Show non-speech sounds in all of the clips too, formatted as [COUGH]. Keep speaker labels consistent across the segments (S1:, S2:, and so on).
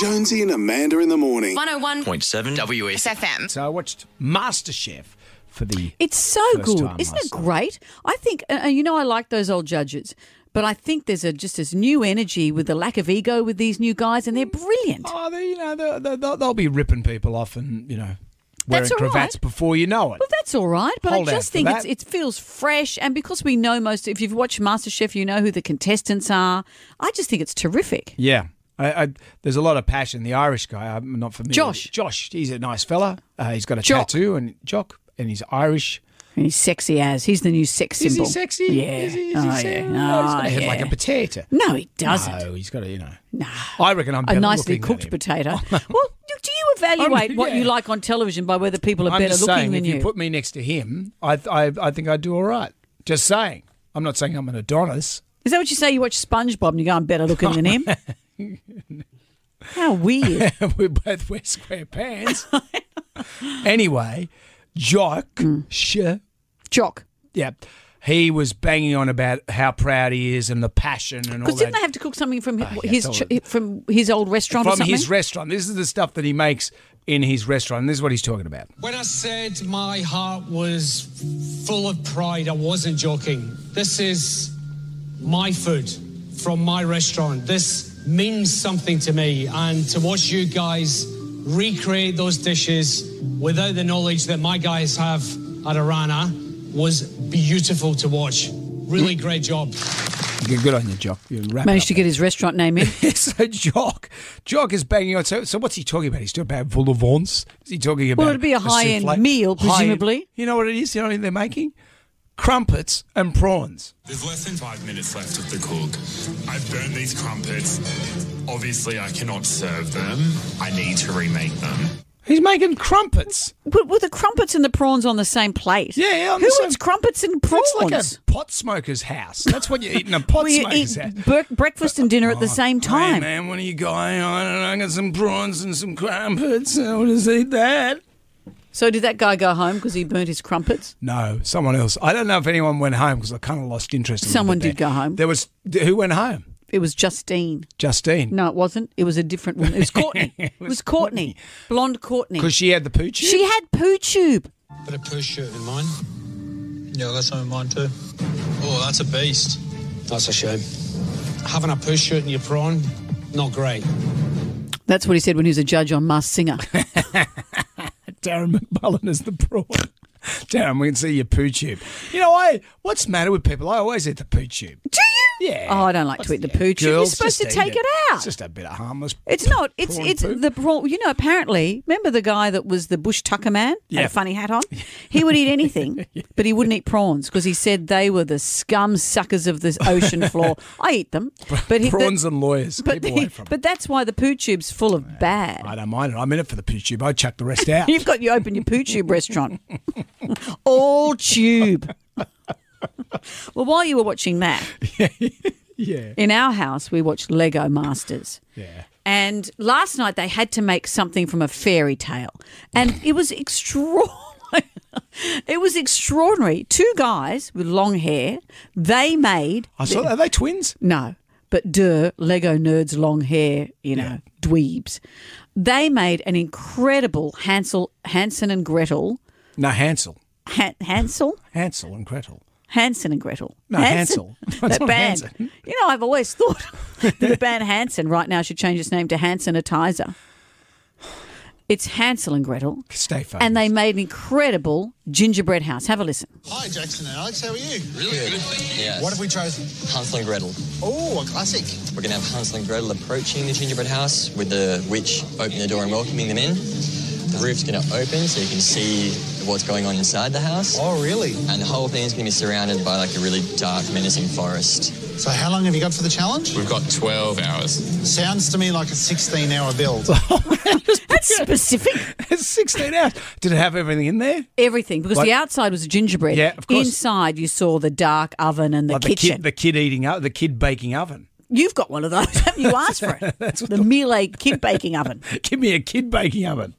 S1: Jonesy and Amanda in the morning.
S2: 101
S3: 101.7 WS.
S2: FM.
S4: So I watched MasterChef for the.
S5: It's so
S4: First
S5: good.
S4: time
S5: Isn't
S4: I
S5: it
S4: saw it.
S5: great? I think, uh, uh, you know, I like those old judges, but I think there's a, just this new energy with the lack of ego with these new guys, and they're brilliant.
S4: oh, they, you know, they'll, they'll- they'll, they'll be ripping people off and, you know, wearing
S5: That's all
S4: cravats
S5: right.
S4: before you know it.
S5: Well, that's all right, but
S4: Hold
S5: I
S4: out
S5: just
S4: for
S5: think it's,
S4: that.
S5: it feels fresh. And because we know most, if you've watched MasterChef, you know who the contestants are. I just think it's terrific.
S4: Yeah. I, I, there's a lot of passion. The Irish guy, I'm not familiar.
S5: Josh.
S4: with- Josh, he's a nice fella. Uh, he's got a
S5: Jock.
S4: tattoo and jock, and he's Irish.
S5: And he's sexy as. He's the new sex
S4: Is
S5: symbol.
S4: he sexy?
S5: Yeah.
S4: Is he, is he
S5: oh,
S4: sexy?
S5: yeah.
S4: No, he's got
S5: Oh,
S4: a head
S5: yeah.
S4: like a potato.
S5: no, he doesn't.
S4: No, he's got a, you know. No. I reckon I'm
S5: a
S4: better
S5: nicely
S4: looking than
S5: cooked
S4: him.
S5: potato.
S4: [LAUGHS]
S5: well, do do you evaluate
S4: I'm-
S5: what you
S4: yeah.
S5: like on television by whether people are
S4: I'm
S5: better
S4: just
S5: looking
S4: saying,
S5: than
S4: if you put me next to him, I, I, I think I'd do all right. Just saying. I'm not saying I'm an Adonis.
S5: Is that what you say? You watch SpongeBob and you go, I'm better looking than
S4: [LAUGHS]
S5: him? How weird.
S4: we both wear square
S5: [LAUGHS]
S4: pants. anyway, Jock,
S5: Hmm.
S4: sh-
S5: Jock.
S4: yeah, he was banging on about how proud he is and the passion and all
S5: Because didn't
S4: that Ah,
S5: they have to cook something from
S4: yeah, it's
S5: his
S4: all-
S5: ch- from his old restaurant or
S4: from
S5: something?
S4: his restaurant. This is the stuff that he makes in his restaurant. This is what he's talking about.
S6: When I said my heart was full of pride, I wasn't joking. This is my food from my restaurant. This means something to me. And to watch you guys recreate those dishes without the knowledge that my guys have at Arana was beautiful to watch. Really great job.
S4: Good good on you, Jock. You wrap it
S5: Managed
S4: up.
S5: to get his restaurant name in.
S4: [LAUGHS] so Jock, Jock is banging on. So, so what's he talking about? He's talking about vol au vents. Is he talking about?
S5: Well, it'd be a high-end
S4: souffle?
S5: meal,
S4: High-end-
S5: presumably.
S4: you know what it is? You know what they're making? Crumpets and prawns.
S7: There's less than five minutes left of the cook. I've burned these crumpets. Obviously, I cannot serve them. I need to remake them.
S4: He's making crumpets.
S5: But were the crumpets and the prawns on the same plate?
S4: Yeah, yeah, on
S5: Who
S4: the same-
S5: eats crumpets and prawns?
S4: It's like a pot smoker's house. That's what you eat in a pot
S5: well, you
S4: smoker's
S5: eat
S4: house.
S5: ber- breakfast and dinner at the same
S4: Hey
S5: time.
S4: Oh, man, what are you going on? And I got some prawns and some crumpets. I want to eat that.
S5: so did that guy go home because he burnt his crumpets?
S4: No, someone else. I don't know if anyone went home because I kind of lost interest. a little
S5: Someone
S4: bit
S5: did
S4: there.
S5: go home.
S4: There was who went home?
S5: It was Justine.
S4: Justine.
S5: No, it wasn't. It was a different woman.
S4: [LAUGHS]
S5: It was Courtney. it was, Courtney. Blonde Courtney.
S4: Because she had the pooch.
S5: She had poo tube.
S6: Bit of poo shirt in mine. Yeah, I got some in mine too. Oh, that's a beast. That's a shame. Having a poo shirt in your prawn, not great.
S5: That's what he said when he was a judge on Masked
S4: [LAUGHS]
S5: Singer.
S4: Darren McMullen is the prawn. [LAUGHS] Darren, we can see your poo tube. You know, I what's the matter with people? I always eat the poo tube.
S5: Do you?
S4: Yeah.
S5: Oh, I don't like to eat the poo tube. You're
S4: Girls,
S5: supposed to
S4: just eat
S5: take it, out.
S4: It's just a bit of harmless.
S5: It's not. It's
S4: prawn
S5: it's
S4: poop.
S5: the prawn. You know, apparently, remember the guy that was the bush tucker man, had
S4: Yeah.
S5: a funny
S4: [LAUGHS]
S5: hat on. He would eat anything, but he wouldn't eat prawns because he said they were the scum suckers of this
S4: [LAUGHS]
S5: ocean floor. I eat them, but he,
S4: prawns
S5: that-
S4: and lawyers.
S5: but
S4: Keep away
S5: the-
S4: from it.
S5: but that's why the poo tube's full of bad.
S4: I don't mind it. I'm in it for the poo tube. I chuck the rest
S5: [LAUGHS]
S4: out.
S5: You've got you open your poo tube restaurant, [LAUGHS]
S4: [LAUGHS]
S5: all tube. well, while you were watching that,
S4: yeah.
S5: in our house we watched Lego Masters.
S4: Yeah.
S5: And last night they had to make something from a fairy tale, and it was extraordinary. [LAUGHS] it was extraordinary. Two guys with long hair. They made
S4: I saw. Are they twins?
S5: no, but duh, Lego nerds, long hair, you know, dweebs. They made an incredible Hansel, Hansen and Gretel.
S4: No, Hansel.
S5: Han- Hansel,
S4: Hansel and Gretel.
S5: Hansen and Gretel.
S4: No,
S5: [LAUGHS]
S4: Hansel.
S5: Hansen.
S4: That's
S5: That
S4: not
S5: band.
S4: Hansen.
S5: You know, I've always thought [LAUGHS] that the band Hanson right now should change its name to Hansenitizer. It's Hansel and Gretel.
S4: Stay focused.
S5: And they made an incredible gingerbread house. Have a listen.
S8: Hi, Jackson and Alex. How are you?
S9: Really good. Yes.
S8: What have we chosen?
S9: Hansel and Gretel.
S8: Oh, a classic.
S9: We're going to have Hansel and Gretel approaching the gingerbread house with the witch opening the door and welcoming them in. The roof's going to open so you can see what's going on inside the house.
S8: Oh, really?
S9: And the whole thing's going to be surrounded by like a really dark, menacing forest.
S8: So, how long have you got for the challenge?
S7: We've got 12 hours.
S8: Sounds to me like a 16 hour build.
S5: That's specific.
S4: [LAUGHS] It's 16 hours. Did it have everything in there?
S5: Everything. Because
S4: Like-
S5: the outside was gingerbread.
S4: Yeah, of course.
S5: Inside, you saw the dark oven and the
S4: like
S5: kitchen.
S4: the kid, the kid eating up, the kid baking oven. [LAUGHS]
S5: You've got one of those, haven't you? Asked for it. the Miele kid baking oven.
S4: Give me a kid baking oven.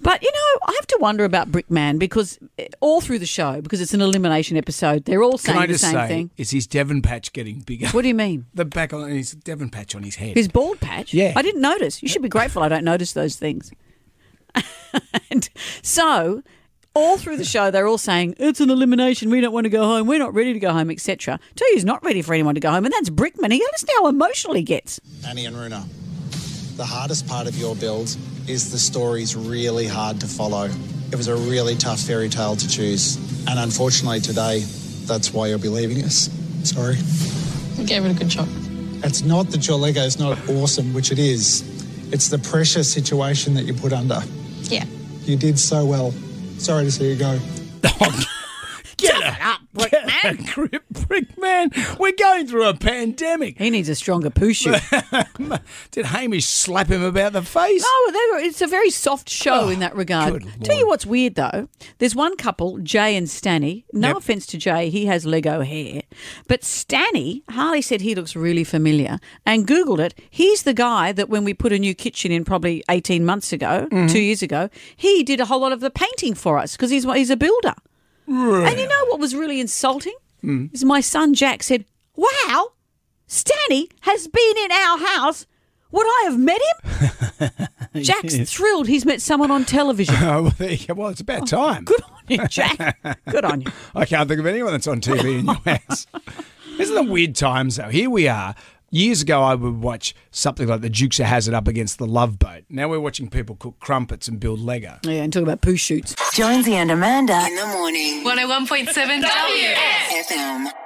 S5: But you know, I have to wonder about Brickman because eh, all through the show, because it's an elimination episode, they're all saying
S4: Can I
S5: the
S4: just
S5: same
S4: say,
S5: thing.
S4: is his Devon patch getting bigger?
S5: What do you mean?
S4: The back on his Devon patch on his head.
S5: His bald patch.
S4: Yeah.
S5: I didn't notice. You should be grateful I don't notice those things. [LAUGHS] and so all through the show they're all saying, It's an elimination, we don't want to go home, we're not ready to go home, etc. Tell you he's not ready for anyone to go home, and that's Brickman. He understands how emotional he gets.
S6: [LAUGHS] Annie and Runa, the hardest part of your build is the story's really hard to follow. It was a really tough fairy tale to choose. And unfortunately, today, that's why you'll be leaving us. Sorry.
S9: You gave it a good shot.
S6: It's not that your Lego's not awesome, which it is, it's the pressure situation that you put under.
S9: Yeah.
S6: You did so well. Sorry to see you go.
S4: Oh,
S5: [LAUGHS]
S4: Get a,
S5: Up,
S4: get a [LAUGHS]
S5: Brickman.
S4: grip, brick man. We're going through a pandemic.
S5: He needs a stronger poo shoot.
S4: Did Hamish slap him about the face?
S5: No, they were, it's a very soft show in that regard.
S4: Oh, good
S5: Tell you
S4: Lord.
S5: what's weird though. There's one couple, Jay and Stanny. No
S4: Yep.
S5: offense to Jay, he has Lego hair, but Stanny, Harley said he looks really familiar, and googled it. He's the guy that when we put a new kitchen in, probably 18 months ago,
S4: Mm-hmm.
S5: two years ago, he did a whole lot of the painting for us because he's he's a builder. And you know what was really insulting?
S4: Hmm.
S5: Is my son Jack said, "Wow, Stanny has been in our house. Would I have met him?" Jack's thrilled he's met someone on television.
S4: [LAUGHS] Oh, well, there you go. well, it's about time.
S5: Good on you, Jack. Good on you.
S4: I can't think of anyone that's on TV in your house. Isn't it weird times though? Here we are. Years ago, I would watch something like The Dukes of Hazard up against the Love Boat. Now we're watching people cook crumpets and build Lego.
S5: Yeah, and talk about poo shoots.
S2: Jonesy and Amanda in the morning.
S9: 101.7 W.
S2: FM.